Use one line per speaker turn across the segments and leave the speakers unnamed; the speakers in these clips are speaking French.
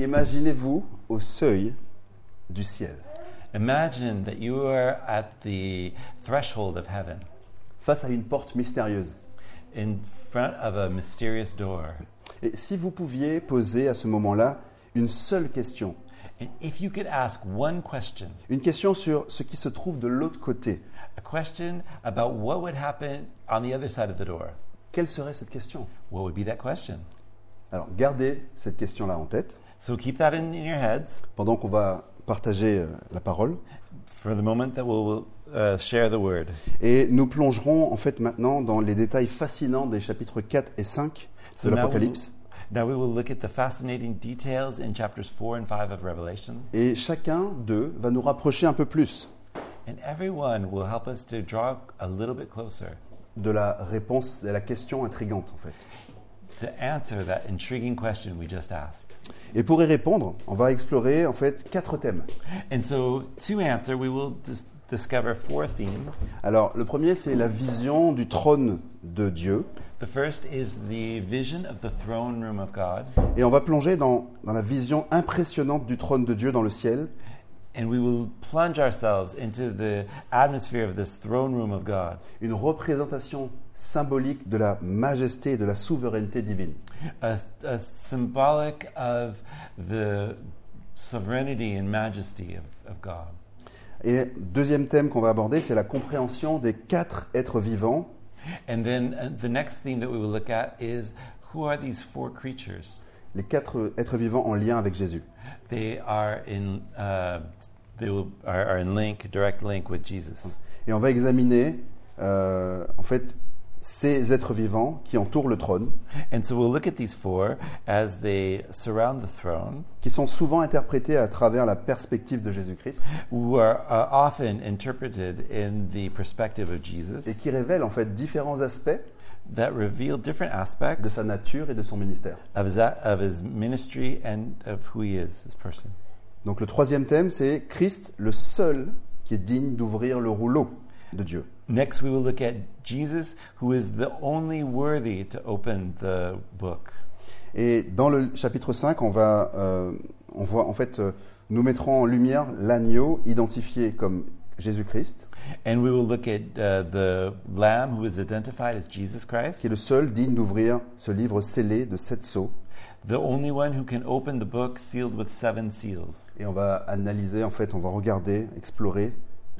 Imaginez-vous au seuil du ciel,
Imagine that you are at the threshold of heaven,
face à une porte mystérieuse.
in front of a mysterious door.
Et si vous pouviez poser à ce moment-là une seule question,
And if you could ask one question,
une question sur ce qui se trouve de l'autre côté,
a question about what would happen on the other side of the door,
quelle serait cette question
what would be that question?
Alors gardez cette question-là en tête
So keep that in, in your heads
pendant qu'on va partager euh, la parole.
for the moment that we'll uh, share the word.
Et nous plongerons en fait maintenant dans les détails fascinants des chapitres 4 et 5 de
now we-
l'Apocalypse.
Now we will look at the fascinating details in chapters 4 and 5 of Revelation,
Et chacun d'eux va nous rapprocher un peu plus
and everyone will help us to draw a little bit closer
de la réponse à la question intrigante en fait.
to answer that intriguing question we just asked.
Et pour y répondre, on va explorer en fait quatre thèmes.
And so, to answer, we will dis- discover four themes.
Alors le premier c'est la vision du trône de Dieu
The first is the vision of the throne room of God,
et on va plonger dans, dans la vision impressionnante du trône de Dieu dans le ciel
and we will plunge ourselves into the atmosphere of this throne room of God,
une représentation symbolique de la majesté et de la souveraineté divine.
a, a symbolic of the sovereignty and majesty of, of God.
Et deuxième thème qu'on va aborder, c'est la compréhension des quatre êtres vivants
And then uh, the next theme that we will look at is who are these four creatures?
les quatre êtres vivants en lien avec Jésus.
They are in uh, they will, are, are in link, direct link with Jesus.
Et on va examiner, euh, en fait, ces êtres vivants qui entourent le trône,
And so we'll look at these four as they surround the throne,
qui sont souvent interprétés à travers la perspective de Jésus-Christ
who are uh, often interpreted in the perspective of
et
Jesus,
qui révèlent en fait différents aspects
that reveal different
de
aspects
sa nature et de son ministère.
of his, of his ministry and of who he is, this person.
Donc le troisième thème, c'est Christ, le seul qui est digne d'ouvrir le rouleau de Dieu.
Next, we will look at Jesus, who is the only worthy to open the book.
Et dans le chapitre 5, on va, euh, on voit en fait, euh, nous mettrons en lumière l'agneau identifié comme Jésus-Christ,
And we will look at uh, the Lamb, who is identified as Jesus Christ,
qui est le seul digne d'ouvrir ce livre scellé de sept sceaux.
the only one who can open the book sealed with seven seals.
Et on va analyser, en fait, on va regarder, explorer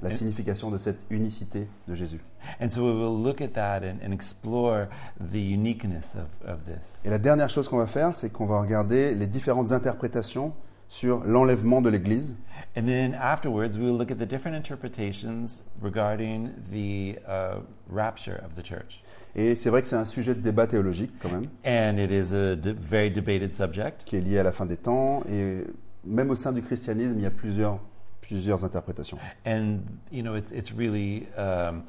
la signification de cette unicité de Jésus.
And so we will look at that and, and explore the uniqueness of, of this.
Et la dernière chose qu'on va faire, c'est qu'on va regarder les différentes interprétations sur l'enlèvement de l'Église
And then afterwards, we will look at the different interpretations regarding the uh, rapture of the church.
Et c'est vrai que c'est un sujet de débat théologique quand même,
And it is a de- very debated subject.
qui est lié à la fin des temps. Et même au sein du christianisme, il y a plusieurs, plusieurs interprétations.
And, you know, it's, it's really um,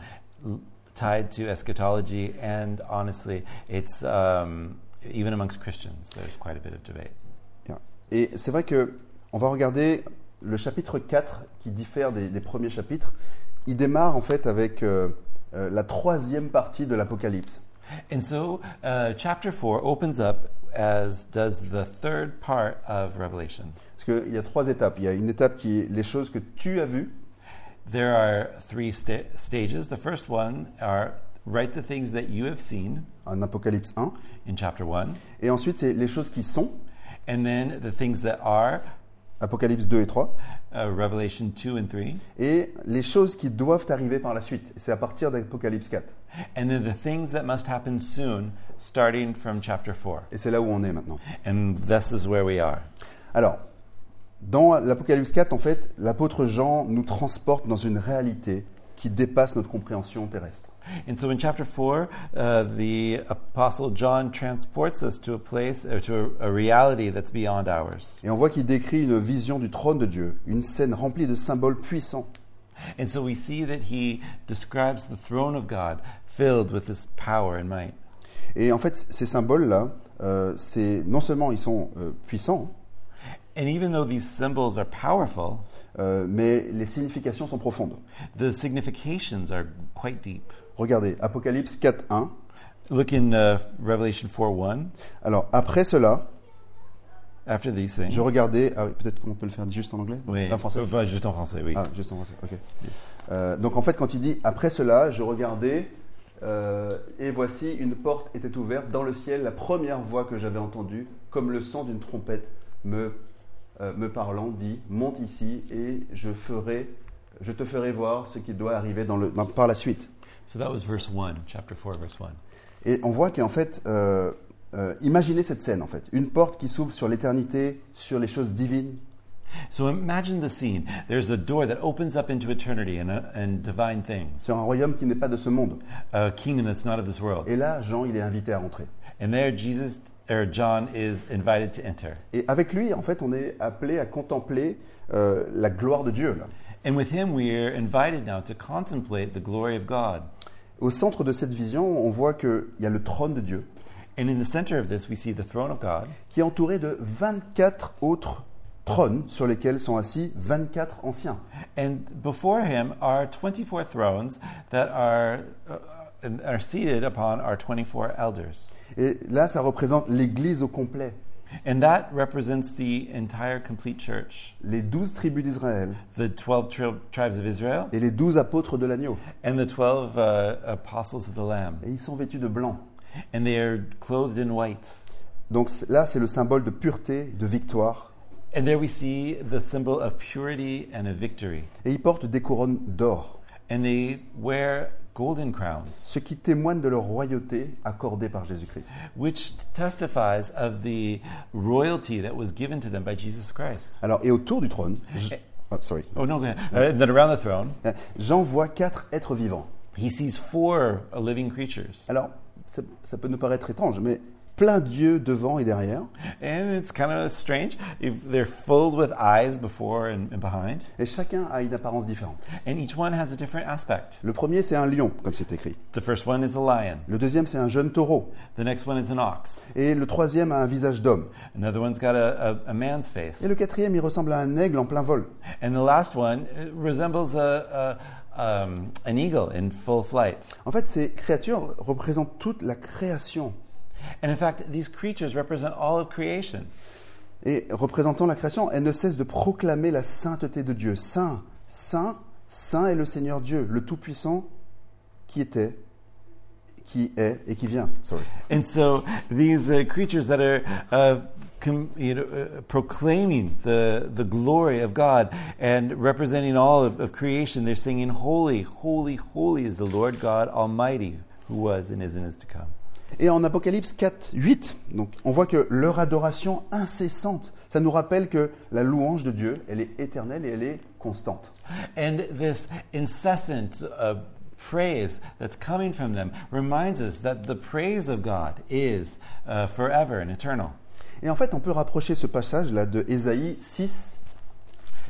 l- tied to eschatology. And honestly, it's um, even amongst Christians, there's quite a bit of debate.
Et c'est vrai que on va regarder le chapitre 4 qui diffère des, des premiers chapitres. Il démarre en fait avec euh, euh, la troisième partie de l'Apocalypse.
And so, uh, chapter 4 opens up as does the third part of Revelation.
Parce qu'il y a trois étapes. Il y a une étape qui est les choses que tu as vues.
There are three sta- stages. The first one are write the things that you have seen
En Apocalypse 1.
in chapter 1,
Et ensuite, c'est les choses qui sont,
and then the things that are
Apocalypse 2 et 3.
uh, Revelation 2 and 3,
Et les choses qui doivent arriver par la suite. C'est à partir d'Apocalypse 4.
and then the things that must happen soon starting from chapter 4.
Et c'est là où on est maintenant.
And this is where we are.
Alors, dans l'Apocalypse 4, en fait, l'apôtre Jean nous transporte dans une réalité qui dépasse notre compréhension terrestre.
And so in chapter 4, uh, the apostle John transports us to a place or to a, a reality that's beyond ours.
Et on voit qu'il décrit une vision du trône de Dieu, une scène remplie de symboles puissants.
And so we see that he describes the throne of God filled with his power and might.
Et en fait, ces symboles-là, euh, c'est non seulement ils sont euh, puissants,
And even though these symbols are powerful,
euh, mais les significations sont profondes.
the significations are quite deep.
Regardez, Apocalypse 4, 1.
Look in uh, Revelation 4 1.
Alors, après cela,
After these things.
Je regardais, ah oui, peut-être qu'on peut le faire juste en anglais Ah,
Oui.
En français
Enfin, juste en français, oui.
Ah, juste en français, ok.
Yes.
Euh, donc en fait, quand il dit après cela, je regardais euh, et voici une porte était ouverte dans le ciel. La première voix que j'avais entendue, comme le son d'une trompette, me euh, me parlant, dit monte ici et je ferai, je te ferai voir ce qui doit arriver dans le dans- par la suite.
So that was verse 1, chapter 4, verse 1.
Et on voit qu'en fait, euh, euh, imaginez cette scène en fait, une porte qui s'ouvre sur l'éternité, sur les choses divines.
So imagine the scene. There's a door that opens up into eternity and, uh, and divine things,
sur un royaume qui n'est pas de ce monde.
a kingdom that's not of this world.
Et là, Jean, il est invité à rentrer.
And there, Jesus or John is invited to enter.
Et avec lui, en fait, on est appelé à contempler euh, la gloire de Dieu. là.
And with him, we are invited now to contemplate the glory of God.
Au centre de cette vision, on voit qu'il y a le trône de Dieu
And in the center of this, we see the throne of God,
qui est entouré de 24 autres trônes sur lesquels sont assis 24 anciens.
and before him are 24 thrones that are uh, and are seated upon our 24 elders.
Et là, ça représente l'Église au complet,
And that represents the entire complete church,
les 12 tribus d'Israël
the 12 tri- tribes of Israel,
et les 12 apôtres de l'agneau.
and the 12 uh, apostles of the Lamb.
Et ils sont vêtus de blanc.
And they are clothed in white.
Donc c- là, c'est le symbole de pureté, de victoire.
And there we see the symbol of purity and of victory.
Et ils portent des couronnes d'or,
And they wear golden crowns,
ce qui témoigne de leur royauté accordée par Jésus-Christ.
which testifies of the royalty that was given to them by Jesus Christ.
Alors, et autour du trône, je- Oh, sorry.
Oh, no, go ahead. Uh, that around the throne,
Euh, Jean voit quatre êtres vivants.
he sees four uh, living creatures.
Alors, ça, ça peut nous paraître étrange, mais plein d'yeux devant et derrière.
And it's kind of strange. If they're filled with eyes before and, and behind,
Et chacun a une apparence différente.
and each one has a different aspect.
Le premier, c'est un lion, comme c'est écrit.
The first one is a lion,
Le deuxième, c'est un jeune taureau.
the next one is an ox,
Et le troisième a un visage d'homme.
another one's got a, a, a man's face.
Et le quatrième, il ressemble à un aigle en plein vol.
And the last one uh, resembles a, a, um, an eagle in full flight.
En fait, ces créatures représentent toute la création.
And in fact, these creatures represent all of creation.
Et représentant la création, elles ne cessent de proclamer la sainteté de Dieu. Saint, saint, saint est le Seigneur Dieu, le Tout-Puissant qui était, qui est et qui vient. Sorry.
And so these uh, creatures that are uh, com- you know, uh, proclaiming the, the glory of God and representing all of, of creation, they're singing, Holy, holy, holy is the Lord God Almighty, who was and is and is to come.
Et en Apocalypse 4, 8, donc, on voit que leur adoration incessante, ça nous rappelle que la louange de Dieu, elle est éternelle et elle est constante.
And this incessant uh, praise that's coming from them reminds us that the praise of God is uh, forever and eternal.
Et en fait, on peut rapprocher ce passage-là de Ésaïe 6,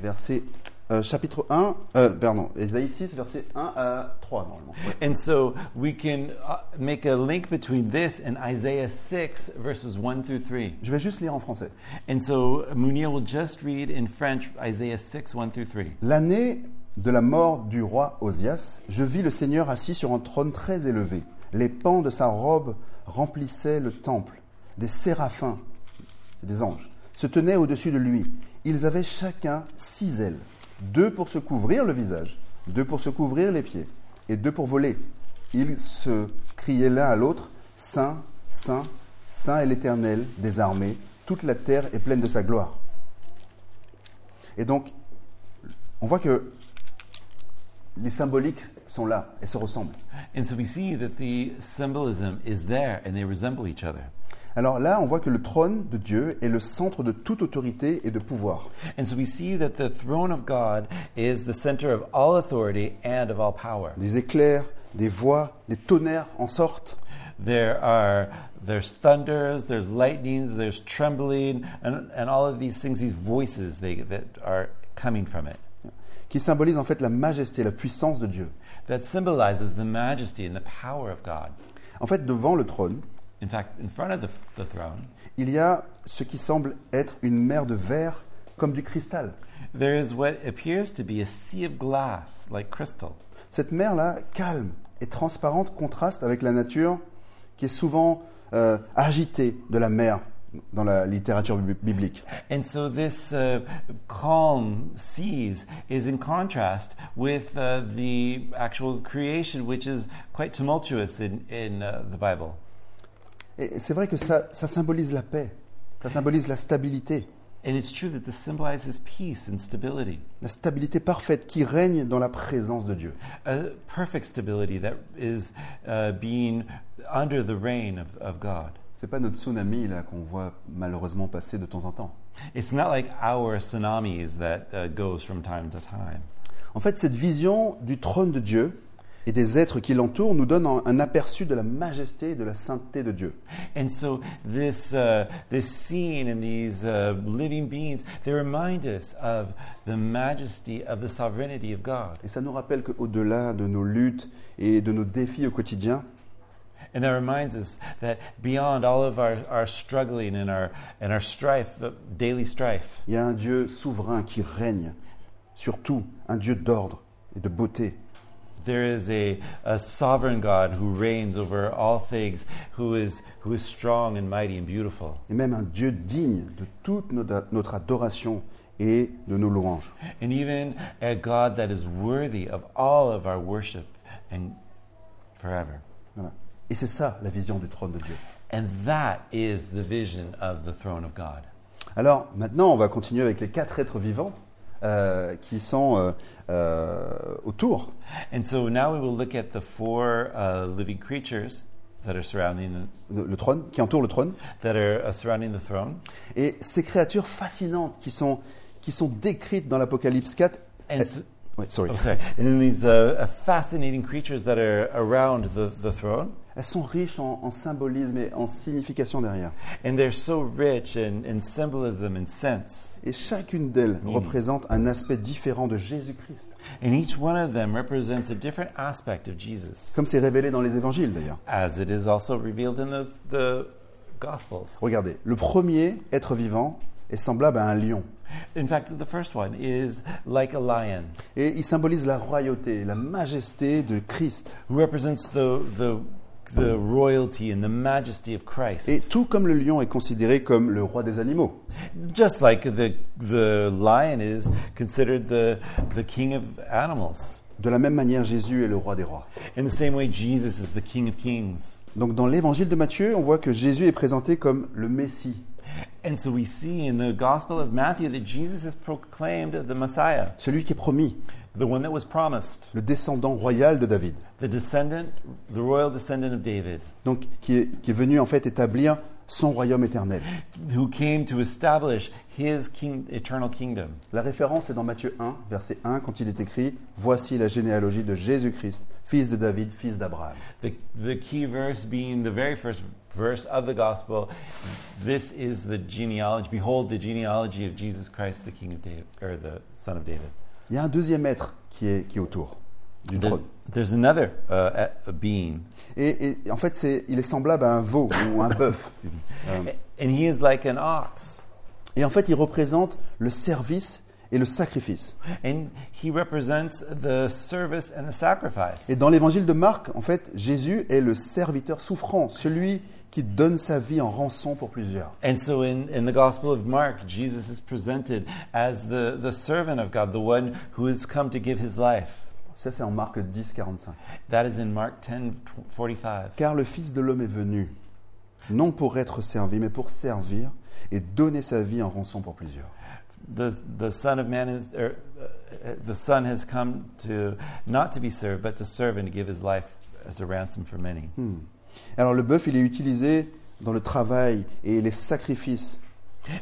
verset, euh, chapitre 1, euh, pardon, Ésaïe 6, verset 1 à 3, normalement. Ouais.
And so we can uh, make a link between this and Isaiah 6, verses 1 through 3.
Je vais juste lire en français.
And so Munir will just read in French Isaiah 6, 1 through 3.
L'année de la mort du roi Osias, je vis le Seigneur assis sur un trône très élevé. Les pans de sa robe remplissaient le temple. Des séraphins, c'est des anges, se tenaient au-dessus de lui. Ils avaient chacun six ailes, deux pour se couvrir le visage, deux pour se couvrir les pieds, et deux pour voler. Ils se criaient l'un à l'autre, Saint, Saint, Saint est l'Éternel des armées, toute la terre est pleine de sa gloire. Et donc, on voit que les symboliques sont là et se ressemblent.
And so we see that the symbolism is there and they resemble each other.
Alors là, on voit que le trône de Dieu est le centre de toute autorité et de pouvoir.
And so we see that the throne of God is the center of all authority and of all power.
Des éclairs, des voix, des tonnerres en sortent.
There are there's thunders, there's lightnings, there's trembling, and, and all of these things, these voices they, that are coming from it.
qui symbolisent en fait la majesté, la puissance de Dieu.
That symbolizes the majesty and the power of God.
En fait, devant le trône,
In fact, in front of the, the throne,
il y a ce qui semble être une mer de verre comme du cristal.
there is what appears to be a sea of glass, like crystal.
Cette mer-là, calme et transparente, contraste avec la nature qui est souvent euh, agitée de la mer dans la littérature bi- biblique.
And so this uh, calm seas is in contrast with uh, the actual creation, which is quite tumultuous in, in uh, the Bible.
Et c'est vrai que ça, ça symbolise la paix, ça symbolise la stabilité,
And it's true that this symbolizes peace and stability,
la stabilité parfaite qui règne dans la présence de Dieu.
a perfect stability that is uh, being under the reign of, of God.
C'est pas notre tsunami là qu'on voit malheureusement passer de temps en temps.
It's not like our tsunamis that uh, goes from time to time.
En fait, cette vision du trône de Dieu et des êtres qui l'entourent nous donne un un aperçu de la majesté et de la sainteté de Dieu.
And so this uh, this scene and these uh, living beings they remind us of the majesty of the sovereignty of God,
Et ça nous rappelle qu'au-delà de nos luttes et de nos défis au quotidien,
and that reminds us that beyond all of our, our struggling and our and our strife, uh, daily strife,
il y a un Dieu souverain qui règne sur tout, un Dieu d'ordre et de beauté.
there is a, a sovereign God who reigns over all things, who is who is strong and mighty and beautiful,
et même un Dieu digne de toute notre notre adoration et de nos louanges.
and even a God that is worthy of all of our worship and forever.
Voilà. Et c'est ça la vision du trône de Dieu.
And that is the vision of the throne of God.
Alors maintenant, on va continuer avec les quatre êtres vivants euh, qui sont euh, euh, autour.
And so now we will look at the four uh, living creatures that are surrounding
le le trône, qui entoure le trône,
that are uh, surrounding the throne.
et ces créatures fascinantes qui sont, qui sont décrites dans l'Apocalypse 4.
And so,
Ouais, sorry.
oh, sorry. And then these uh, uh, fascinating creatures that are around the, the throne.
Elles sont riches en, en symbolisme et en signification derrière.
And they're so rich in, in symbolism and sense.
Et chacune d'elles représente un aspect différent de Jésus-Christ,
And each one of them represents a different aspect of Jesus,
comme c'est révélé dans les évangiles d'ailleurs.
as it is also revealed in the, the Gospels.
Regardez, le premier être vivant est semblable à un lion,
In fact, the first one is like a lion.
et il symbolise la royauté, la majesté de Christ.
who represents the the the royalty and the majesty of Christ.
Et tout comme le lion est considéré comme le roi des animaux,
Just like the the lion is considered the the king of animals.
de la même manière Jésus est le roi des rois.
In the same way Jesus is the king of kings.
Donc dans l'évangile de Matthieu, on voit que Jésus est présenté comme le Messie,
And so we see in the gospel of Matthew that Jesus is proclaimed the Messiah,
celui qui est promis,
the one that was promised,
le descendant royal de David.
the descendant, the royal descendant of David,
Donc qui est, qui est venu en fait établir son royaume éternel.
who came to establish his king, eternal kingdom.
La référence est dans Matthieu 1, verset 1, quand il est écrit Voici la généalogie de Jésus-Christ, fils de David, fils d'Abraham.
The, the key verse being the very first verse of the gospel. This is the genealogy. Behold, the genealogy of Jesus Christ, the King of David, or the Son of David.
Il y a un deuxième être qui est, qui est autour du
There's,
trône.
there's another uh, a- a being,
Et, et en fait, c'est- il est semblable à un veau ou un bœuf. Euh,
A- and he is like an ox,
Et en fait, il représente le service et le sacrifice.
and he represents the service and the sacrifice.
Et dans l'évangile de Marc, en fait, Jésus est le serviteur souffrant, celui qui donne sa vie en rançon pour plusieurs.
And so in, in the Gospel of Mark, Jesus is presented as the, the servant of God, the one who has come to give his life.
Ça, c'est en Marc 10, 45.
That is in Mark 10 45.
Car le Fils de l'homme est venu, non pour être servi, mais pour servir et donner sa vie en rançon pour plusieurs.
the the son of man is or, uh, the son has come to not to be served but to serve and to give his life as a ransom for many
Hmm. Alors le bœuf, il est utilisé dans le travail et les sacrifices.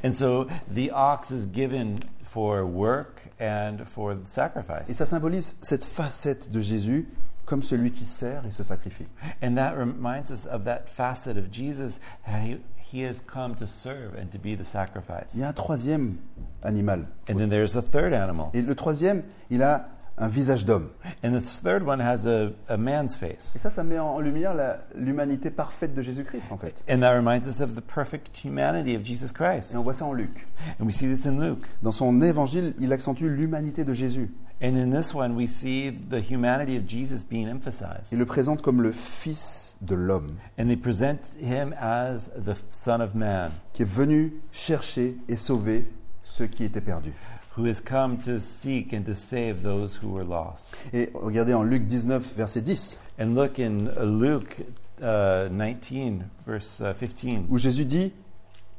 and so the ox is given for work and for the
Et
sacrifice
ça symbolise cette facette de Jésus comme celui qui sert et se sacrifie.
and that reminds us of that facet of jesus that he, he has come to serve and to be the sacrifice
Il y a un troisième animal.
and then there's a third animal
Et le troisième, il a un visage d'homme.
and this third one has a, a man's face
Et ça, ça met en lumière la- l'humanité parfaite de Jésus-Christ, en fait.
and that reminds us of the perfect humanity of jesus christ
Et on voit ça en Luc.
and we see this in luke
Dans son évangile, il accentue l'humanité de Jésus.
And in this one, we see the humanity of Jesus being emphasized.
Il le présente comme le Fils de l'homme,
and they present him as the Son of Man,
qui est venu chercher et sauver ceux qui étaient perdus.
who has come to seek and to save those who were lost.
Et regardez en Luc 19, verset 10,
And look in uh, Luke uh, 19, verse uh, 15,
où Jésus dit,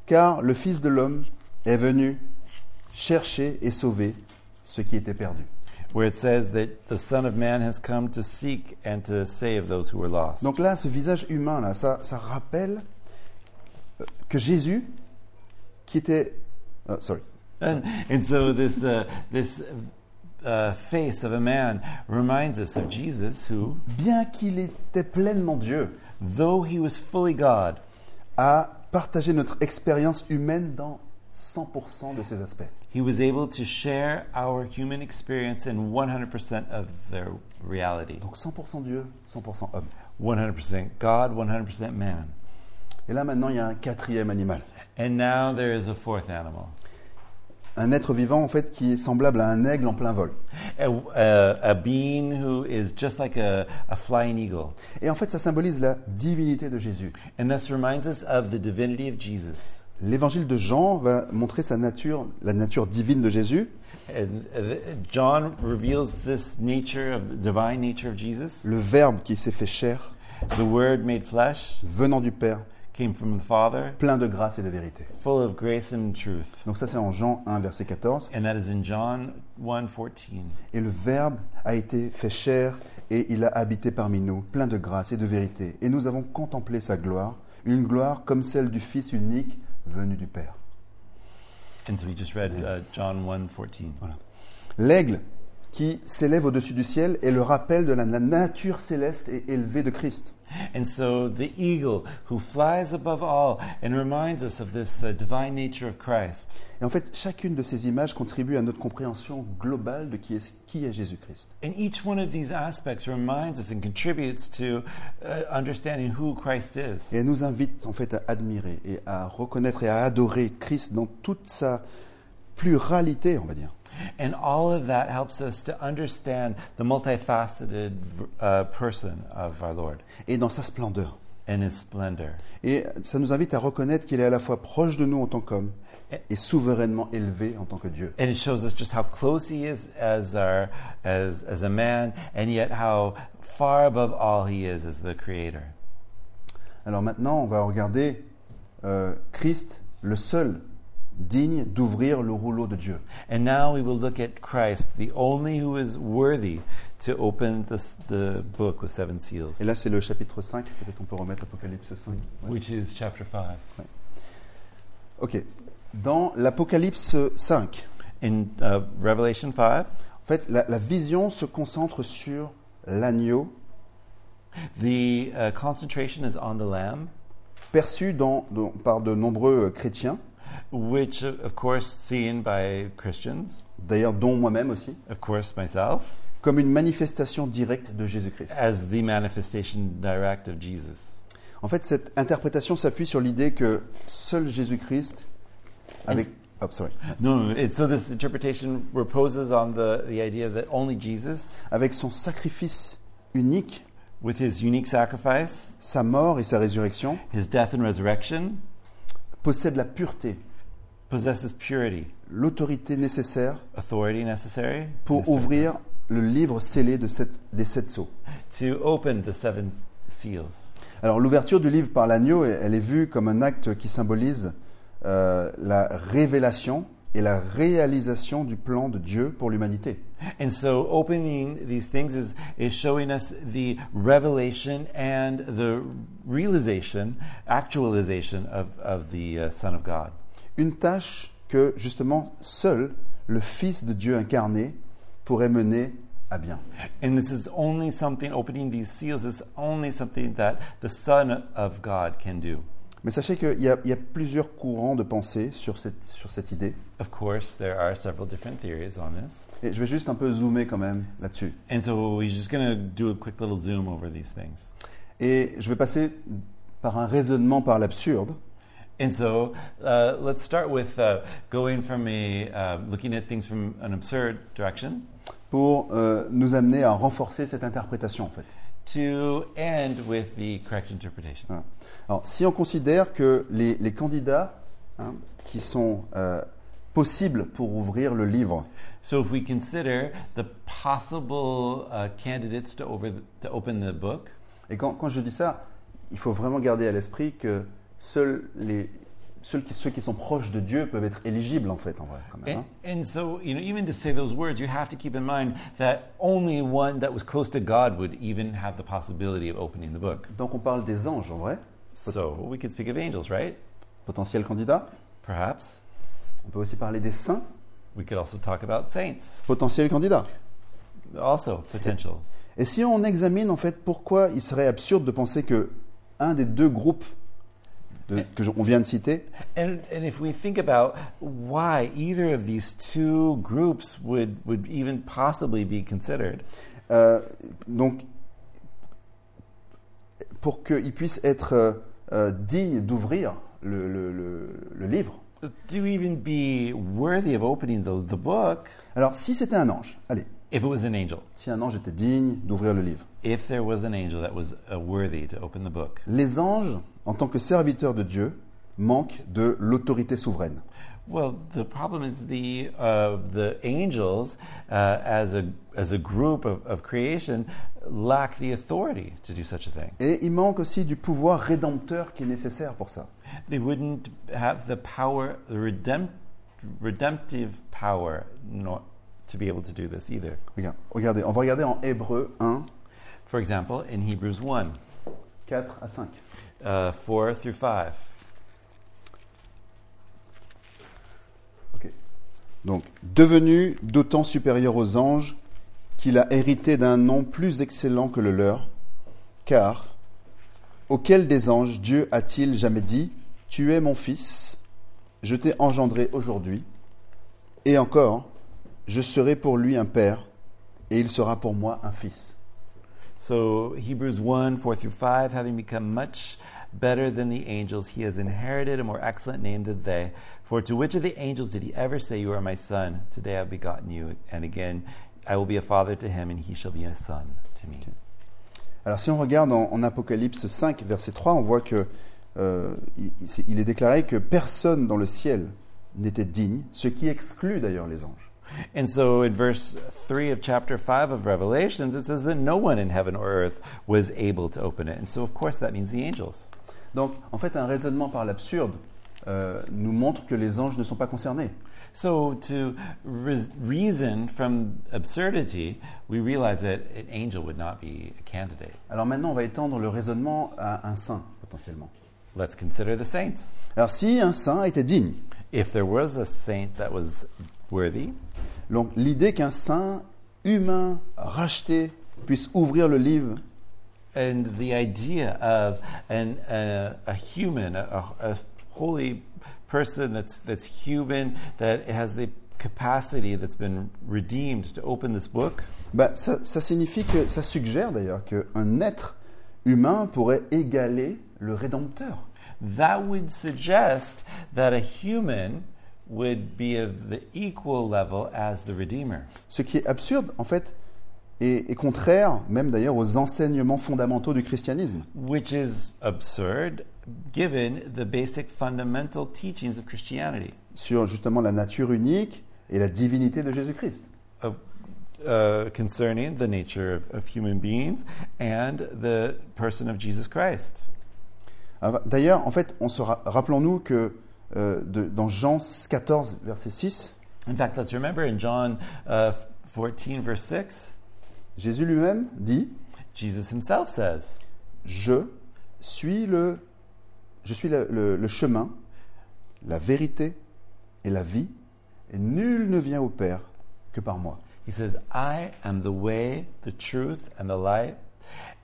Car le Fils de l'homme est venu chercher et sauver ceux qui étaient perdus.
where it says that the Son of Man has come to seek and to save those who were lost.
Donc là, ce visage humain, là, ça, ça rappelle euh, que Jésus, qui était... euh, sorry.
And, and so this, uh, this uh, face of a man reminds us of Jesus, who,
Bien qu'il était pleinement Dieu,
though he was fully God,
a partagé notre expérience humaine dans 100% de ses aspects.
he was able to share our human experience in 100% of their reality.
Donc 100% Dieu, 100% homme.
100% God, 100% man.
Et là maintenant, il y a un quatrième animal.
And now there is a fourth animal.
Un être vivant, en fait, qui est semblable à un aigle en plein vol.
A, a, a being who is just like a, a flying eagle.
Et en fait, ça symbolise la divinité de Jésus.
And this reminds us of the divinity of Jesus.
L'évangile de Jean va montrer sa nature, la nature divine de Jésus.
And uh, John reveals this nature of the divine nature of Jesus.
Le Verbe qui s'est fait chair,
The Word made flesh
venant du Père,
came from the Father,
plein de grâce et de vérité.
full of grace and truth.
Donc ça, c'est en Jean 1, verset 14.
And that is in John 1
Et le Verbe a été fait chair et il a habité parmi nous, plein de grâce et de vérité. Et nous avons contemplé sa gloire, une gloire comme celle du Fils unique venu du Père.
And so we just read uh, John 1
L'aigle qui s'élève au-dessus du ciel est le rappel de la la nature céleste et élevée de Christ.
And so the eagle who flies above all and reminds us of this uh, divine nature of Christ.
Et en fait, chacune de ces images contribue à notre compréhension globale de qui est, qui est Jésus-Christ.
And each one of these aspects reminds us and contributes to uh, understanding who Christ is.
Et elle nous invite en fait à admirer et à reconnaître et à adorer Christ dans toute sa pluralité, on va dire.
And all of that helps us to understand the multifaceted uh, person of our Lord
et dans sa splendeur.
and his splendor.
Et ça nous invite à reconnaître qu'il est à la fois proche de nous en tant qu'homme et souverainement élevé en tant que Dieu.
And it shows us just how close he is as, our, as, as a man, and yet how far above all he is as the Creator.
Alors maintenant, on va regarder euh, Christ, le seul digne d'ouvrir le rouleau de Dieu.
And now we will look at Christ, the only who is worthy to open this, the book with seven seals,
Et là, c'est le chapitre 5. Peut-être on peut remettre l'Apocalypse 5. Ouais.
which is chapter 5.
Ok. Dans l'Apocalypse 5,
In uh, Revelation 5,
en fait, la, la vision se concentre sur l'agneau
the uh, concentration is on the Lamb,
perçu dans- dans- par de nombreux euh, chrétiens,
which, uh, of course, seen by Christians,
d'ailleurs dont moi-même aussi,
of course, myself,
comme une manifestation directe de Jésus-Christ.
as the manifestation direct of Jesus.
En fait, cette interprétation s'appuie sur l'idée que seul Jésus-Christ, avec... Oh, sorry.
No, no, it's, so this interpretation reposes on the, the idea that only Jesus,
avec son sacrifice unique,
with his unique sacrifice,
sa mort et sa résurrection,
his death and resurrection,
possède la pureté,
possesses purity,
l'autorité nécessaire
authority necessary
pour
Necessary.
ouvrir le livre scellé de sept- des sept sceaux.
to open the seven seals.
Alors l'ouverture du livre par l'agneau, elle est vue comme un acte qui symbolise euh, la révélation et la réalisation du plan de Dieu pour l'humanité.
And so opening these things is, is showing us the revelation and the realization, actualization of, of the uh, Son of God.
Une tâche que justement seul le Fils de Dieu incarné pourrait mener à bien.
And this is only something, opening these seals is only something that the Son of God can do.
Mais sachez qu'il y, a- il y a plusieurs courants de pensée sur cette, sur cette idée.
Of course, there are several different theories on this.
Et je vais juste un peu zoomer quand même là-dessus.
And so we're just going to do a quick little zoom over these things.
Et je vais passer par un raisonnement par l'absurde
And so uh, let's start with uh, going from a uh, looking at things from an absurd direction
pour euh, nous amener à renforcer cette interprétation en fait.
to end with the correct interpretation.
Voilà. Hein. Alors, si on considère que les, les candidats hein, qui sont euh, possibles pour ouvrir le livre,
So if we consider the possible uh, candidates to over to open the book,
et quand, quand je dis ça, il faut vraiment garder à l'esprit que seuls, les, seuls qui, ceux qui sont proches de Dieu peuvent être éligibles, en fait, en vrai, quand même.
and,
hein.
and so you know, even to say those words, you have to keep in mind that only one that was close to God would even have the possibility of opening the book.
Donc on parle des anges, en vrai,
So we could speak of angels, right?
potentiels candidats.
Perhaps
On peut aussi parler des saints,
we could also talk about saints,
potentiels candidats.
also potentials.
Et si on examine en fait pourquoi il serait absurde de penser que un des deux groupes de- que je- on vient de citer
And, and if we think about why either of these two groups would, would even possibly be considered,
Euh, donc, pour qu'ils puissent être euh, euh, dignes d'ouvrir le, le- le- le livre.
to even be worthy of opening the, the book,
Alors, si c'était un ange, allez,
if it was an angel,
si un ange était digne d'ouvrir le livre,
if there was an angel that was uh, worthy to open the book,
les anges, en tant que serviteurs de Dieu, manquent de l'autorité souveraine.
well, the problem is the, uh, the angels, uh, as, a, as a group of, of creation, lack the authority to do such a thing.
Et ils manquent aussi du pouvoir rédempteur qui est nécessaire pour ça.
They wouldn't have the power, the redempt, redemptive power, not to be able to do this either.
Regarde- regardez, on va regarder en Hébreu 1,
For example, in Hebrews 1
4 à 5.
uh, 4 through 5.
Donc, devenu d'autant supérieur aux anges qu'il a hérité d'un nom plus excellent que le leur, car auquel des anges Dieu a-t-il jamais dit Tu es mon fils, je t'ai engendré aujourd'hui, et encore, je serai pour lui un père, et il sera pour moi un fils.
So, Hebrews 1 4 through 5, having become much better than the angels, he has inherited a more excellent name than they. For to which of the angels did he ever say, You are my son? Today I've begotten you. And again, I will be a father to him, and he shall be a son to me.
Alors si on regarde en, en Apocalypse 5, verset 3, on voit que euh, il, il- c'est- il est déclaré que personne dans le ciel n'était digne, ce qui exclut d'ailleurs les anges.
And so in verse 3 of chapter 5 of Revelations, it says that no one in heaven or earth was able to open it. And so, of course, that means the angels.
Donc, en fait, un raisonnement par l'absurde euh, nous montre que les anges ne sont pas concernés.
So, to res- reason from absurdity, we realize that an angel would not be a candidate.
Alors maintenant, on va étendre le raisonnement à un saint, potentiellement.
Let's consider the saints.
Alors, si un saint était digne,
If there was a saint that was worthy,
donc l'idée qu'un saint humain, racheté, puisse ouvrir le livre,
and the idea of an, a, a human, a, a holy person that's, that's human, that has the capacity that's been redeemed to open this book,
bah, ça, ça signifie que, ça suggère d'ailleurs qu'un être humain pourrait égaler le Rédempteur.
that would suggest that a human would be of the equal level as the Redeemer.
Ce qui est absurde, en fait, et, et contraire même d'ailleurs aux enseignements fondamentaux du christianisme.
Which is absurd given the basic fundamental teachings of Christianity.
sur justement la nature unique et la divinité de Jésus-Christ.
of, uh, concerning the nature of, of human beings and the person of Jesus Christ.
Ah, D'ailleurs, en fait, on se ra- rappelons-nous que euh, de- dans Jean 14, verset 6,
In fact, let's remember in John uh, 14, verse 6,
Jésus lui-même dit
Jesus himself says,
Je suis le, je suis le, le- le chemin, la vérité et la vie, et nul ne vient au Père que par moi.
He says, I am the way, the truth, and the light,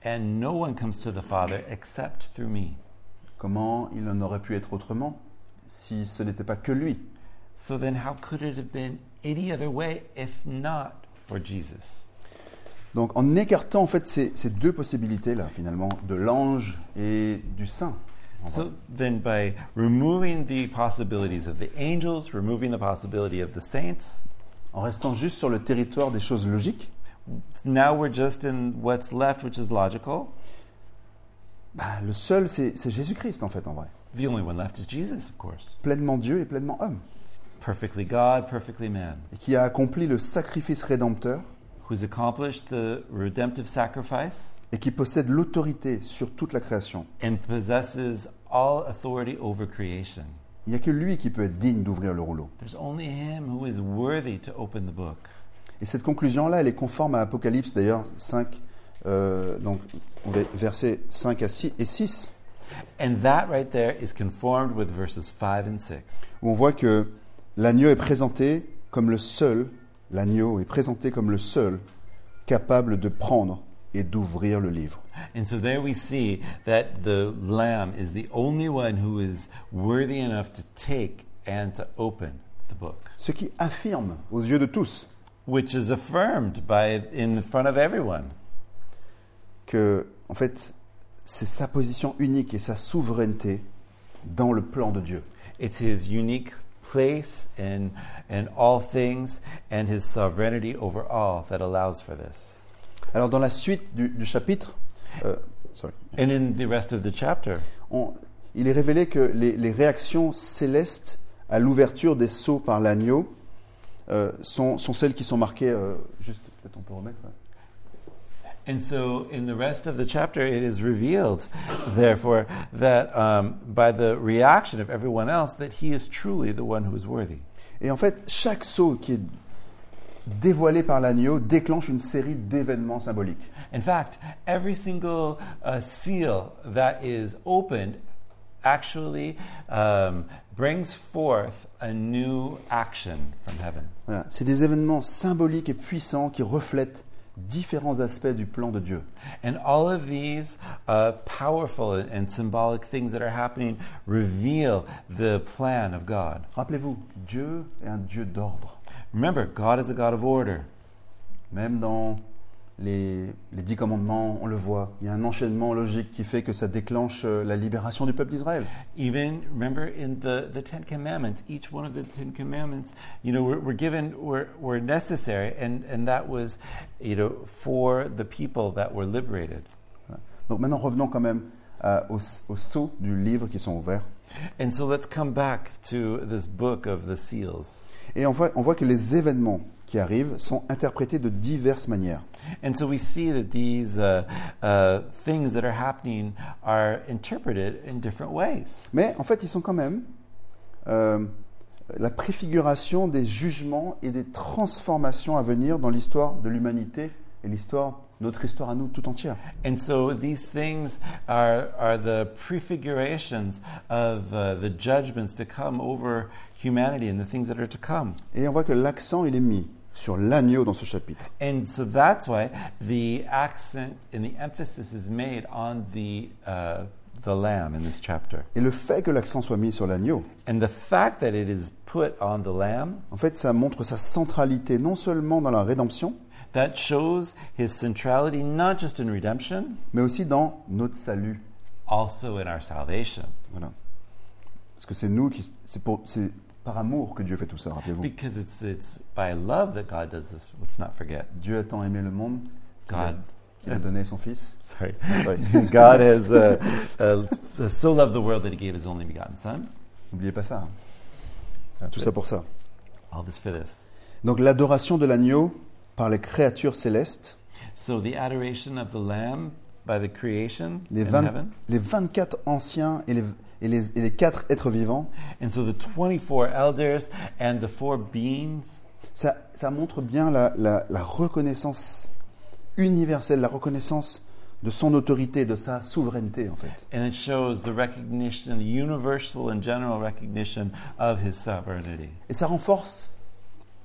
and no one comes to the Father except through me.
Comment il en aurait pu être autrement si ce n'était pas que lui
So then, how could it have been any other way if not for Jesus?
Donc en écartant en fait ces, ces deux possibilités là finalement, de l'ange et du saint. en vrai.
So then, by removing the possibilities of the angels, removing the possibility of the saints,
en restant juste sur le territoire des choses logiques,
now we're just in what's left, which is logical.
Bah, le seul, c'est c'est Jésus-Christ, en fait, en vrai.
The only one left is Jesus, of course.
Pleinement Dieu et pleinement homme.
Perfectly God, perfectly man,
Et qui a accompli le sacrifice rédempteur
who's accomplished the redemptive sacrifice
et qui possède l'autorité sur toute la création.
and possesses all authority over creation.
Il n'y a que lui qui peut être digne d'ouvrir le rouleau.
There's only him who is worthy to open the book.
Et cette conclusion-là, elle est conforme à Apocalypse, d'ailleurs, 5, euh, donc ve- versets 5 à 6 et 6,
And that right there is conformed with verses 5 and 6,
où on voit que l'agneau est présenté comme le seul, l'agneau est présenté comme le seul capable de prendre et d'ouvrir le livre.
And so there we see that the Lamb is the only one who is worthy enough to take and to open the book,
Ce qui affirme aux yeux de tous
which is affirmed by in front of everyone.
que, en fait, c'est sa position unique et sa souveraineté dans le plan de Dieu.
It's his unique place in in all things and his sovereignty over all that allows for this.
Alors, dans la suite du, du chapitre, euh, sorry.
And in the rest of the chapter,
On- il est révélé que les, les réactions célestes à l'ouverture des sceaux par l'agneau euh, sont, sont celles qui sont marquées. euh, juste, peut-être on peut remettre. hein. ouais.
And so, in the rest of the chapter, it is revealed, therefore, that um, by the reaction of everyone else, that he is truly the one who is worthy.
Et en fait, chaque sceau qui est dévoilé par l'agneau déclenche une série d'événements symboliques.
In fact, every single uh, seal that is opened actually um, brings forth a new action from heaven.
Voilà. C'est des événements symboliques et puissants qui reflètent différents aspects du plan de Dieu.
And all of these uh, powerful and symbolic things that are happening reveal the plan of God.
Rappelez-vous, Dieu est un Dieu d'ordre.
Remember, God is a God of order.
Même dans les, les dix commandements, on le voit, il y a un enchaînement logique qui fait que ça déclenche euh, la libération du peuple d'Israël.
Even remember in the, the Ten Commandments, each one of the Ten Commandments, you know, were, were given were, were necessary, and, and that was, you know, for the people that were liberated.
Voilà. Donc maintenant, revenons quand même à- aux, aux sceaux du livre qui sont ouverts.
And so let's come back to this book of the seals.
Et on voit, on voit que les événements qui arrivent sont interprétés de diverses manières.
And so we see that these uh, uh, things that are happening are interpreted in different ways.
Mais en fait, ils sont quand même euh, la préfiguration des jugements et des transformations à venir dans l'histoire de l'humanité et l'histoire, notre histoire à nous tout entière.
And so these things are, are the prefigurations of uh, the judgments to come over humanity and the things that are to come.
Et on voit que l'accent, il est mis sur l'agneau dans ce chapitre.
And so that's why the accent and the emphasis is made on the uh, the lamb in this chapter.
Et le fait que l'accent soit mis sur l'agneau,
And the fact that it is put on the lamb
en fait, ça montre sa centralité non seulement dans la rédemption,
that shows his centrality not just in redemption,
mais aussi dans notre salut.
also in our salvation.
Voilà. Parce que c'est nous qui. C'est pour- c'est par amour que Dieu fait tout ça, rappelez-vous.
Because it's it's by love that God does this. Let's not forget.
Dieu a tant aimé le monde qu'il a,
God
qu'il a
has-
donné son Fils.
Sorry.
Sorry.
God has uh, uh, so loved the world that he gave his only begotten son.
N'oubliez pas ça. hein.
That's
Tout
it.
ça pour ça.
All this for this.
Donc l'adoration de l'agneau par les créatures célestes,
So the adoration of the Lamb by the creation
les,
in
vingt-
heaven.
les 24 anciens et les, et, les, et les 4 êtres vivants,
And so the 24 elders and the four beings,
ça, ça montre bien la, la- la reconnaissance universelle, la reconnaissance de son autorité, de sa souveraineté en fait.
and it shows the recognition, the universal and general recognition of his sovereignty.
Et ça renforce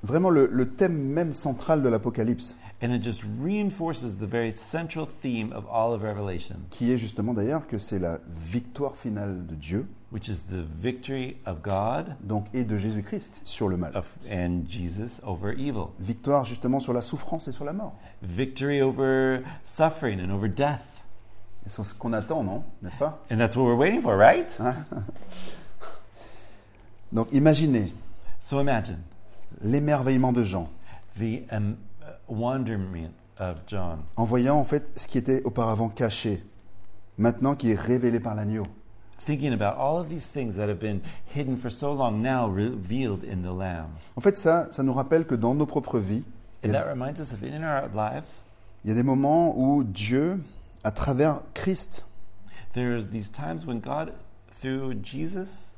vraiment le, le thème même central de l'Apocalypse,
And it just reinforces the very central theme of all of Revelation,
qui est justement d'ailleurs que c'est la victoire finale de Dieu
which is the victory of God
donc, et de Jésus-Christ sur le mal.
of, and Jesus over evil,
Victoire justement sur la souffrance et sur la mort.
victory over suffering and over death.
Et C'est ce qu'on attend, non N'est-ce pas
And that's what we're waiting for, right?
Donc imaginez
So imagine
l'émerveillement de Jean
the um, uh, wonderment of John,
en voyant en fait ce qui était auparavant caché, maintenant qui est révélé par l'agneau.
thinking about all of these things that have been hidden for so long now revealed in the Lamb.
En fait, ça, ça nous rappelle que dans nos propres vies, il
And
y a-
that reminds us of in our lives,
il y a des moments où Dieu, à travers Christ,
there's these times when God, through Jesus,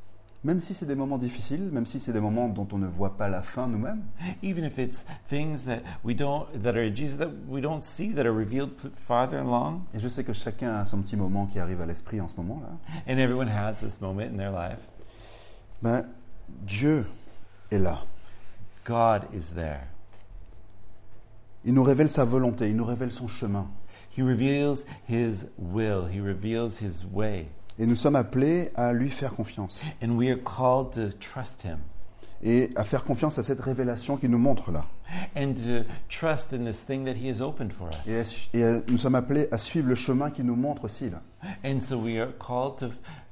même si c'est des moments difficiles, même si c'est des moments dont on ne voit pas la fin nous-mêmes,
even if it's things that we don't that are Jesus that we don't see that are revealed p- farther along,
et je sais que chacun a son petit moment qui arrive à l'esprit en ce moment-là,
and everyone has this moment in their life.
ben, Dieu est là.
God is there.
Il nous révèle sa volonté, il nous révèle son chemin.
He reveals His will. He reveals His way,
Et nous sommes appelés à lui faire confiance
and we are called to trust Him
et à faire confiance à cette révélation qu'il nous montre là.
and to trust in this thing that He has opened for us.
Et, à su- et à- nous sommes appelés à suivre le chemin qu'il nous montre aussi là.
And so we are called to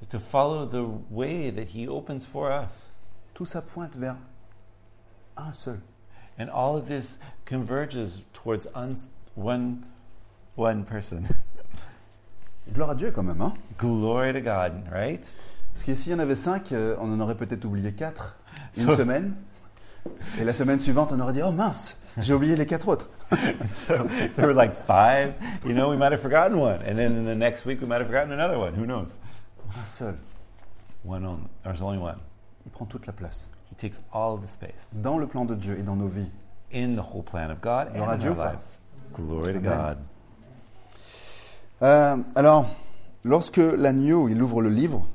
to follow the way that He opens for us.
Tout ça pointe vers un seul,
And all of this converges towards un, one, one person.
Gloire à Dieu quand même, hein
Glory to God, right?
Parce que s'il y en avait cinq, euh, on en aurait peut-être oublié quatre une
So-
semaine. Et la semaine suivante, on aurait dit Oh mince, j'ai oublié les quatre autres.
So if there were like five, you know, we might have forgotten one. And then in the next week, we might have forgotten another one. Who knows?
Un seul,
One only. There's only one.
il prend toute la place
He takes all of the space
dans le plan de Dieu et dans nos vies.
in the whole plan of God and in
Gloire à Dieu
our
ou pas
lives. Glory to
Amen.
God.
Euh, alors, lorsque l'agneau il ouvre le livre,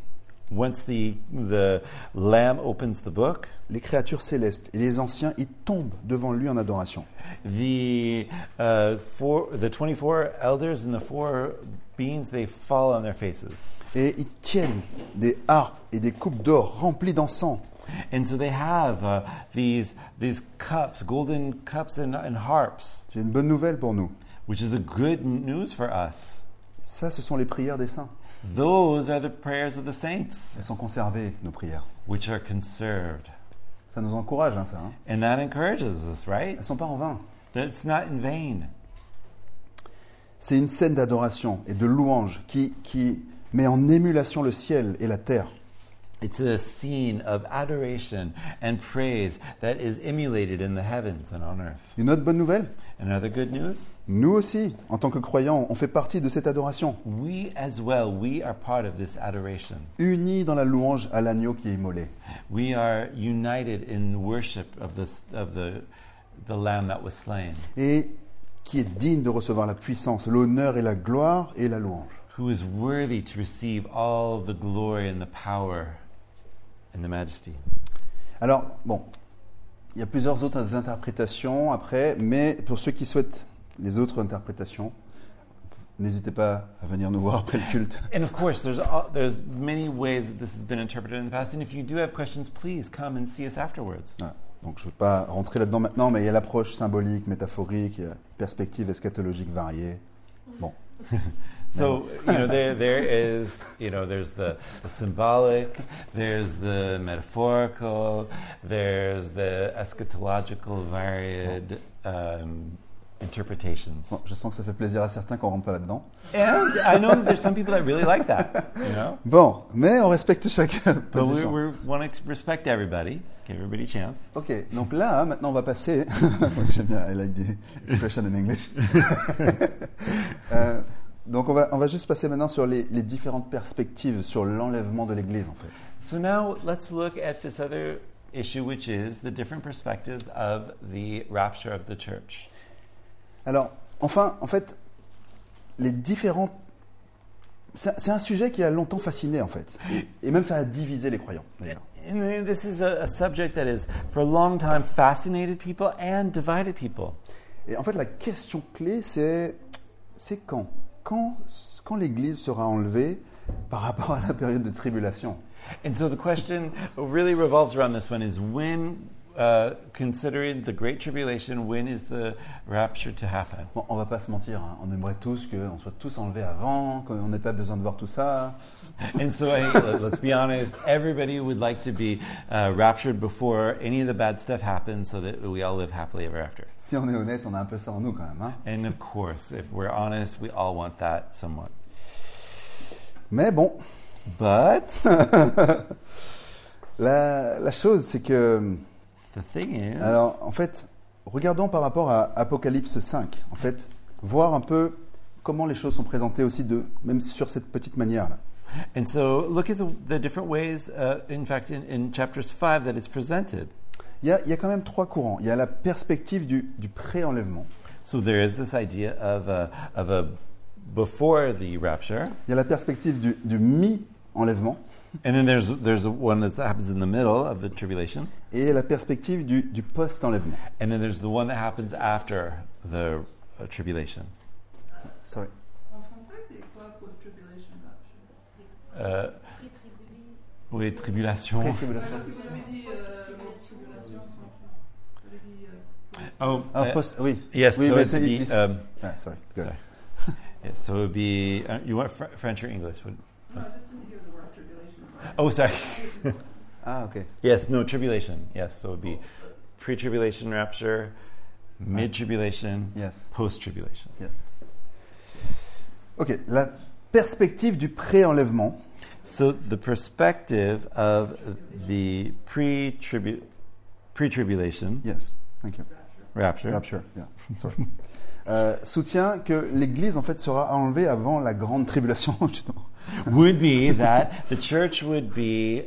Once the, the Lamb opens the book,
les créatures célestes et les anciens ils tombent devant lui en adoration.
the, uh, four, the 24 elders and the four beings, they fall on their faces.
Et ils tiennent des harpes et des coupes d'or remplies d'encens.
And so they have uh, these, these cups, golden cups and, and harps,
J'ai une bonne nouvelle pour nous.
which is a good news for us.
Ça, ce sont les prières des saints.
Those are the prayers of the saints,
Elles sont conservées, nos prières.
which are conserved.
Ça nous encourage, hein, ça. hein.
And that encourages us, right?
Elles sont pas en vain.
That it's not in vain.
C'est une scène d'adoration et de louange qui, qui met en émulation le ciel et la terre.
It's a scene of adoration and praise that is emulated in the heavens and on earth.
Une autre bonne nouvelle
Another good news?
Nous aussi, en tant que croyants, on fait partie de cette adoration,
We as well, we are part of this adoration.
unis dans la louange à l'agneau qui est immolé.
We are united in worship of the, of the, the Lamb that was slain,
et qui est digne de recevoir la puissance, l'honneur et la gloire et la louange.
who is worthy to receive all the glory and the power and the majesty.
Alors, bon, il y a plusieurs autres interprétations après, mais pour ceux qui souhaitent les autres interprétations, n'hésitez pas à venir nous voir après le culte.
And of course, there's, all, there's many ways that this has been interpreted in the past. And if you do have questions, please come and see us afterwards.
Voilà. Donc, je ne veux pas rentrer là-dedans maintenant, mais il y a l'approche symbolique, métaphorique, il y a perspective eschatologique variée. Bon,
So you know, there there is you know, there's the, the symbolic, there's the metaphorical, there's the eschatological varied um, interpretations.
Bon, je sens que ça fait plaisir à certains qu'on rentre pas là-dedans.
And I know that there's some people that really like that, you know.
Bon, mais on respecte chaque
But we,
position.
we want to respect everybody, give everybody a chance.
Ok, donc là, hein, maintenant, on va passer. J'aime bien, I like the expression in English. Euh, donc, on va, on va juste passer maintenant sur les, les différentes perspectives sur l'enlèvement de l'Église, en fait.
So now let's look at this other issue, which is the different perspectives of the rapture of the church.
Alors, enfin, en fait, les différentes. C'est c'est un sujet qui a longtemps fasciné, en fait. Et, et même ça a divisé les croyants, d'ailleurs.
And then this is a, a subject that has, for a long time, fascinated people and divided people.
Et en fait, la question clé, c'est c'est quand Quand, quand l'Église sera enlevée par rapport à la période de tribulation
And so the question really revolves around this one: is when uh, considering the Great Tribulation, when is the rapture to happen?
Bon, on va pas se mentir, hein, on aimerait tous qu'on soit tous enlevés avant, qu'on n'ait pas besoin de voir tout ça.
And so, hey, let- let's be honest, everybody would like to be uh, raptured before any of the bad stuff happens so that we all live happily ever after.
Si on est honnête, on a un peu ça en nous quand même. hein.
And of course, if we're honest, we all want that somewhat.
Mais bon,
But
la, la chose, c'est que.
the thing is,
Alors, en fait, regardons par rapport à Apocalypse 5, en fait, voir un peu comment les choses sont présentées aussi, de, même sur cette petite manière-là.
and so look at the, the different ways, uh, in fact, in, in chapters 5 that it's presented.
Il y, a, il y a quand même trois courants. Il y a la perspective du, du pré-enlèvement,
So there is this idea of a, of a before the rapture,
il y a la perspective du, du mi-enlèvement
and then there's, there's one that happens in the middle of the tribulation.
et la perspective du, du post-enlèvement.
And then there's the one that happens after the uh, tribulation.
Sorry.
En français, c'est quoi post-tribulation rapture
Uh, oui, tribulation.
Ouais,
Pré-tribulation.
Parce que vous avez dit euh, post-tribulation. Vous avez dit. euh,
Oh,
Ah,
uh,
post, oui.
yes.
Oui,
so
mais
it'd
c'est-
be,
this-
um,
Ah, sorry. Good.
sorry. Yeah, so it would be. Uh, you want fr- French or English? Would-
No, I just didn't hear the word tribulation.
Oh, sorry.
Ah, ok.
Yes, no tribulation. Yes, so it would be pre-tribulation rapture, mid-tribulation,
Yes.
post-tribulation.
Ok. La perspective du pré-enlèvement,
So the perspective of the pre-tribu- pre-tribulation
yes. Thank you.
rapture.
Rapture, yeah. Sorry. Euh, soutient que l'Église en fait sera enlevée avant la grande tribulation. justement.
would be that the church would be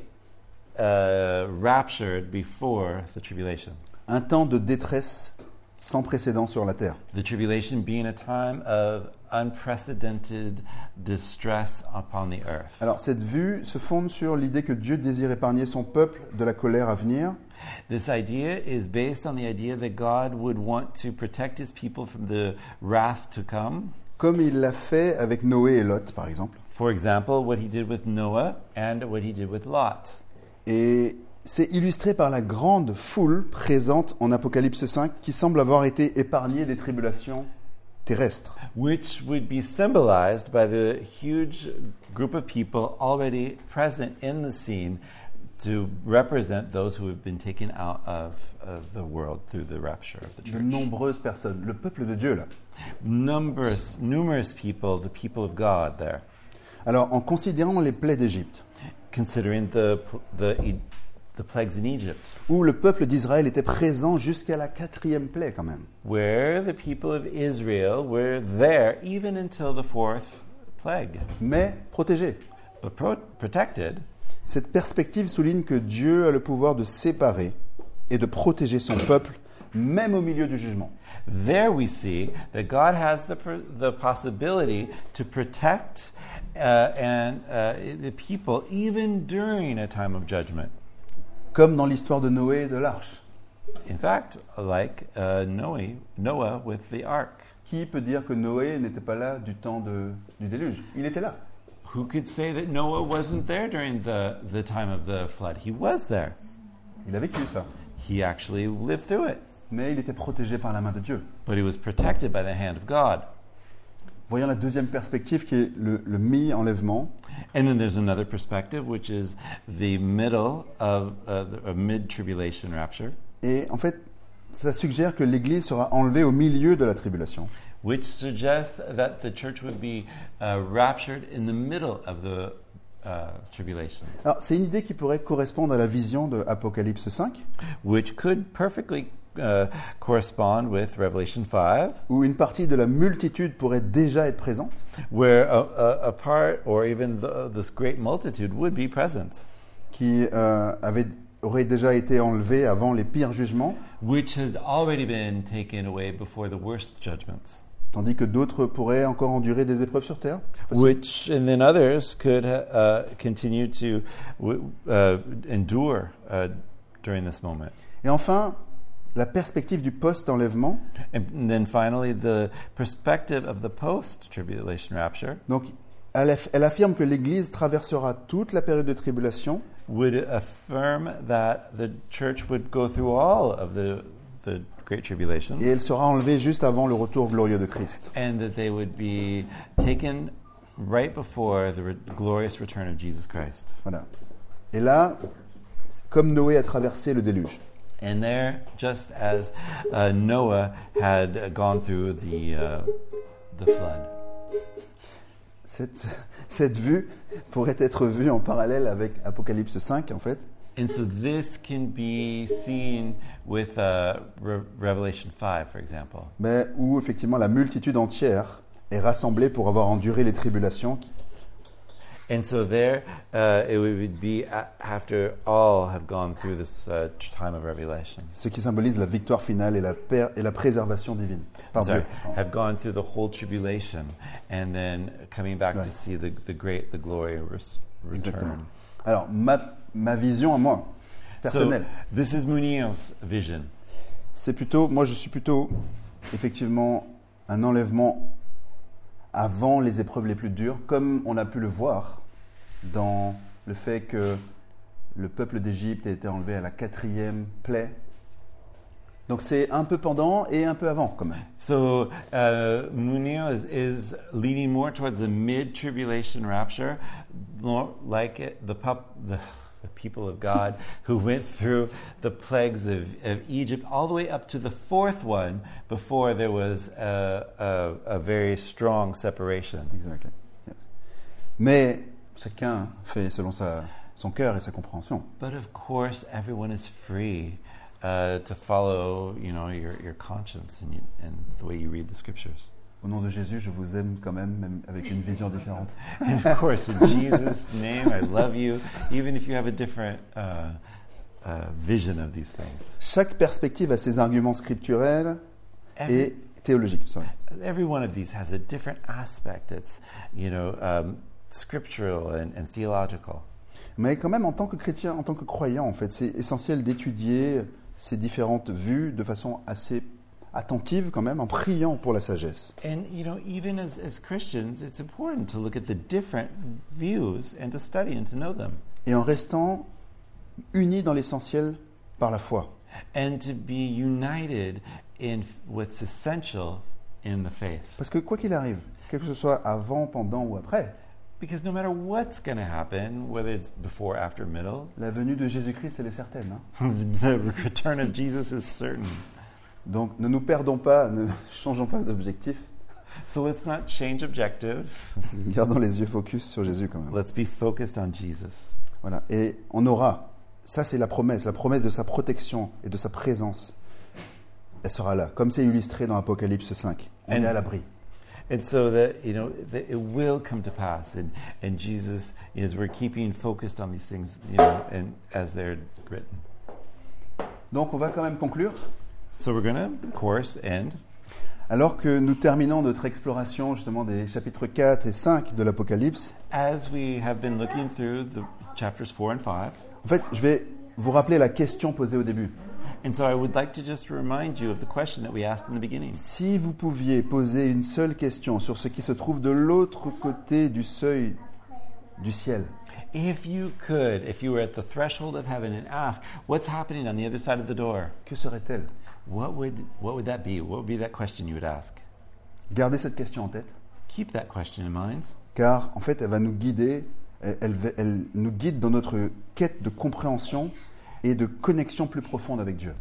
uh, raptured before the tribulation.
Un temps de détresse sans précédent sur la terre.
The tribulation being a time of unprecedented distress upon the earth.
Alors cette vue se fonde sur l'idée que Dieu désire épargner son peuple de la colère à venir
This idea is based on the idea that God would want to protect his people from the wrath to come.
comme il l'a fait avec Noé et Lot par exemple.
For example, what he did with Noah and what he did with Lot.
Et c'est illustré par la grande foule présente en Apocalypse 5 qui semble avoir été épargnée des tribulations terrestres.
which would be symbolized by the huge group of people already present in the scene to represent those who have been taken out of, of the world through the rapture of the
De
church.
nombreuses personnes, le peuple de Dieu là.
Numbers, numerous people, the people of God there,
Alors en considérant les plaies d'Égypte,
considering the, pl- the, E- the plagues in Egypt,
où le peuple d'Israël était présent jusqu'à la quatrième plaie quand même.
where the people of Israel were there even until the fourth plague,
Mais protégé.
but pro- protected.
Cette perspective souligne que Dieu a le pouvoir de séparer et de protéger son peuple, même au milieu du jugement.
There we see that God has the, per- the possibility to protect uh, and uh, the people even during a time of judgment.
Comme dans l'histoire de Noé et de l'arche.
In fact, like uh, Noe, Noah with the ark.
Qui peut dire que Noé n'était pas là du temps de- du déluge Il était là.
Who could say that Noah wasn't there during the, the time of the flood? He was there.
Il a vécu ça.
He actually lived through it,
Mais il était protégé par la main de Dieu.
but he was protected by the hand of God.
Voyons la deuxième perspective qui est le, le mi-enlèvement.
And then there's another perspective, which is the middle of uh, the mid tribulation rapture.
Et en fait, ça suggère que l'Église sera enlevée au milieu de la tribulation.
which suggests that the church would be uh, raptured in the middle of the uh, tribulation,
Alors, c'est une idée qui pourrait correspondre à la vision de Apocalypse 5,
which could perfectly uh, correspond with Revelation 5,
où une partie de la multitude pourrait déjà être présente,
where a, a, a part or even the, this great multitude would be present,
qui euh, avait- aurait déjà été enlevée avant les pires jugements,
which has already been taken away before the worst judgments.
tandis que d'autres pourraient encore endurer des épreuves sur Terre.
Which, and then others could uh, continue to w- uh, endure uh, during this moment.
Et enfin, la perspective du post-enlèvement.
And then finally, the perspective of the post tribulation rapture,
Donc, elle, aff- elle affirme que l'Église traversera toute la période de tribulation
would affirm that the church would go through all of the, the Great Tribulation
et elle sera enlevée juste avant le retour glorieux de Christ.
and that they would be taken right before the re- glorious return of Jesus Christ.
Voilà. Et là, c'est comme Noé a traversé le déluge,
And there, just as uh, Noah had uh, gone through the, uh, the flood.
cette, cette vue pourrait être vue en parallèle avec Apocalypse 5, en fait.
And so this can be seen with uh, Re- Revelation 5, for example,
mais où effectivement la multitude entière est rassemblée pour avoir enduré les tribulations.
And so there, uh, it would be a- after all have gone through this uh, time of revelation.
Ce qui symbolise la victoire finale et la, per- et la préservation divine par
Sorry,
Dieu.
have gone through the whole tribulation and then coming back to
Right.
see the, the great, the glory res-
Exactement.
return.
Alors, ma, ma vision à moi, personnelle,
So this is Munir's vision.
c'est plutôt, moi je suis plutôt, effectivement, un enlèvement avant les épreuves les plus dures, comme on a pu le voir dans le fait que le peuple d'Égypte a été enlevé à la quatrième plaie. Donc c'est un peu pendant et un peu avant quand même.
So uh, Munir is, is leaning more towards the mid-tribulation rapture, more like it, the, pup, the, the people of God who went through the plagues of, of Egypt all the way up to the fourth one before there was a, a, a very strong separation.
Exactly. Yes. Mais chacun fait selon sa, son cœur et sa compréhension.
But of course, everyone is free uh, to follow, you know, your, your conscience and, you, and the way you read the scriptures.
Au nom de Jésus, je vous aime quand même, même avec une vision différente.
And of course, in Jesus' name, I love you, even if you have a different uh, uh, vision of these things.
Chaque perspective a ses arguments scripturels
Every,
et théologiques. sorry.
every one of these has a different aspect that's, you know, um, scriptural and, and theological.
Mais quand même, en tant que chrétien, en tant que croyant, en fait, c'est essentiel d'étudier ces différentes vues de façon assez attentive quand même, en priant pour la sagesse.
And, you know, even as, as Christians, it's important to look at the different views and to study and to know them.
Et en restant unis dans l'essentiel par la foi.
And to be united in f- what's essential in the faith.
Parce que quoi qu'il arrive, quel que ce soit avant, pendant ou après,
Because no matter what's going to happen, whether it's before, after, middle,
La venue de Jésus-Christ, elle est certaine. hein.
the return of Jesus is certain.
Donc ne nous perdons pas, ne changeons pas d'objectif.
So let's not change objectives.
Gardons les yeux focus sur Jésus quand même.
Let's be focused on Jesus.
Voilà. Et on aura, ça c'est la promesse, la promesse de sa protection et de sa présence. Elle sera là, comme c'est illustré dans Apocalypse 5. On
And-
est à l'abri.
And so that, you know, that it will come to pass. And, and Jesus is, we're keeping focused on these things, you know, and as they're written.
Donc on va quand même conclure.
So we're going to, of course, end.
Alors que nous terminons notre exploration justement des chapitres 4 et 5 de l'Apocalypse,
As we have been looking through the chapters four and five,
en fait je vais vous rappeler la question posée au début.
and so I would like to just remind you of the question that we asked in the beginning.
Si vous pouviez poser une seule question sur ce qui se trouve de l'autre côté du seuil du ciel,
If you could, if you were at the threshold of heaven and ask, what's happening on the other side of the door?
que serait-elle
What would what would that be? What would be that question you would ask?
Gardez cette question en tête,
Keep that question in mind
car en fait, elle va nous guider, elle, elle va- elle nous guide dans notre quête de compréhension et de connexion plus profonde avec Dieu.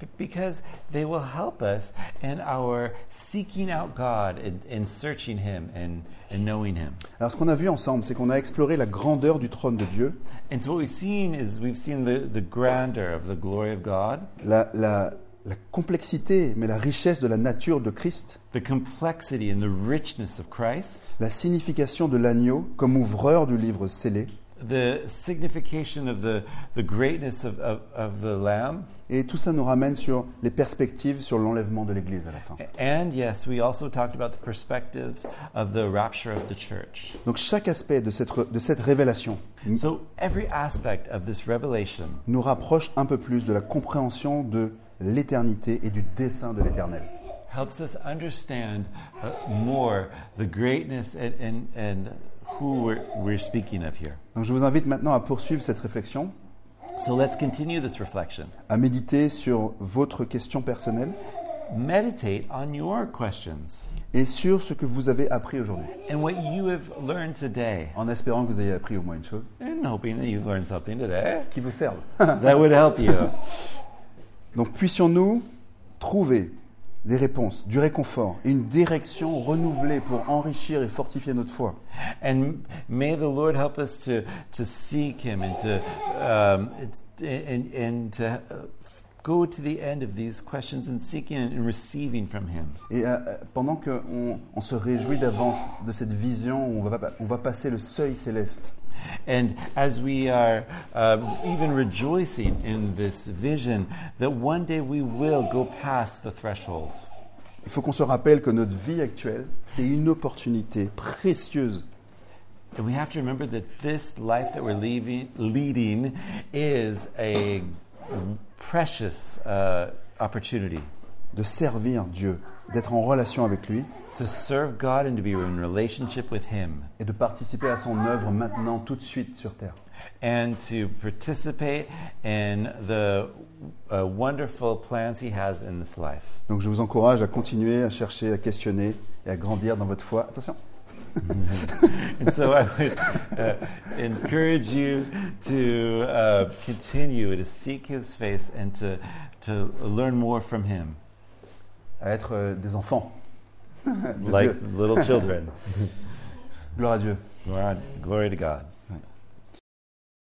b- because they will help us in our seeking out God and, and searching Him and, and knowing Him.
Alors, ce qu'on a vu ensemble, c'est qu'on a exploré la grandeur du trône de Dieu,
And so what we've seen is we've seen the, the grandeur of the glory of God,
la, la- la complexité, mais la richesse de la nature de Christ,
the complexity and the richness of Christ,
la signification de l'agneau comme ouvreur du livre scellé,
the signification of the, the greatness of, of, of the Lamb.
Et tout ça nous ramène sur les perspectives sur l'enlèvement de l'Église à la fin.
And yes, we also talked about the perspectives of the rapture of the church.
Donc chaque aspect de cette, re- de cette révélation n-
So every aspect of this revelation
nous rapproche un peu plus de la compréhension de l'éternité et du dessein de l'éternel.
helps us understand uh, more the greatness and, and, and who we're, we're speaking of here.
Donc je vous invite maintenant à poursuivre cette réflexion,
So let's continue this reflection.
à méditer sur votre question personnelle
Meditate on your questions
et sur ce que vous avez appris aujourd'hui,
and what you have learned today,
en espérant que vous ayez appris au moins une chose
and hoping that you've learned something today
qui vous serve.
that would help you.
Donc puissions-nous trouver des réponses, du réconfort, et une direction renouvelée pour enrichir et fortifier notre foi.
And may the Lord help us to, to seek Him and to, um, it's- and, and to uh, go to the end of these questions and seeking and receiving from Him.
Et euh, euh, pendant qu'on on se réjouit d'avance de cette vision où on va, on va passer le seuil céleste,
And as we are um, even rejoicing in this vision, that one day we will go past the threshold.
il faut qu'on se rappelle que notre vie actuelle, c'est une opportunité précieuse
And we have to remember that this life that we're leaving, leading is a precious uh, opportunity
de servir Dieu, d'être en relation avec lui
to serve God and to be in relationship with Him.
et de participer à son œuvre maintenant, tout de suite sur Terre.
and to participate in the uh, wonderful plans he has in this life.
Donc je vous encourage à continuer à chercher, à questionner et à grandir dans votre foi. Attention,
And so I would uh, encourage you to uh, continue to seek his face and to, to learn more from him,
à être euh, des enfants. de
like
Dieu.
little children.
Gloire à Dieu.
Glory- Glory to God.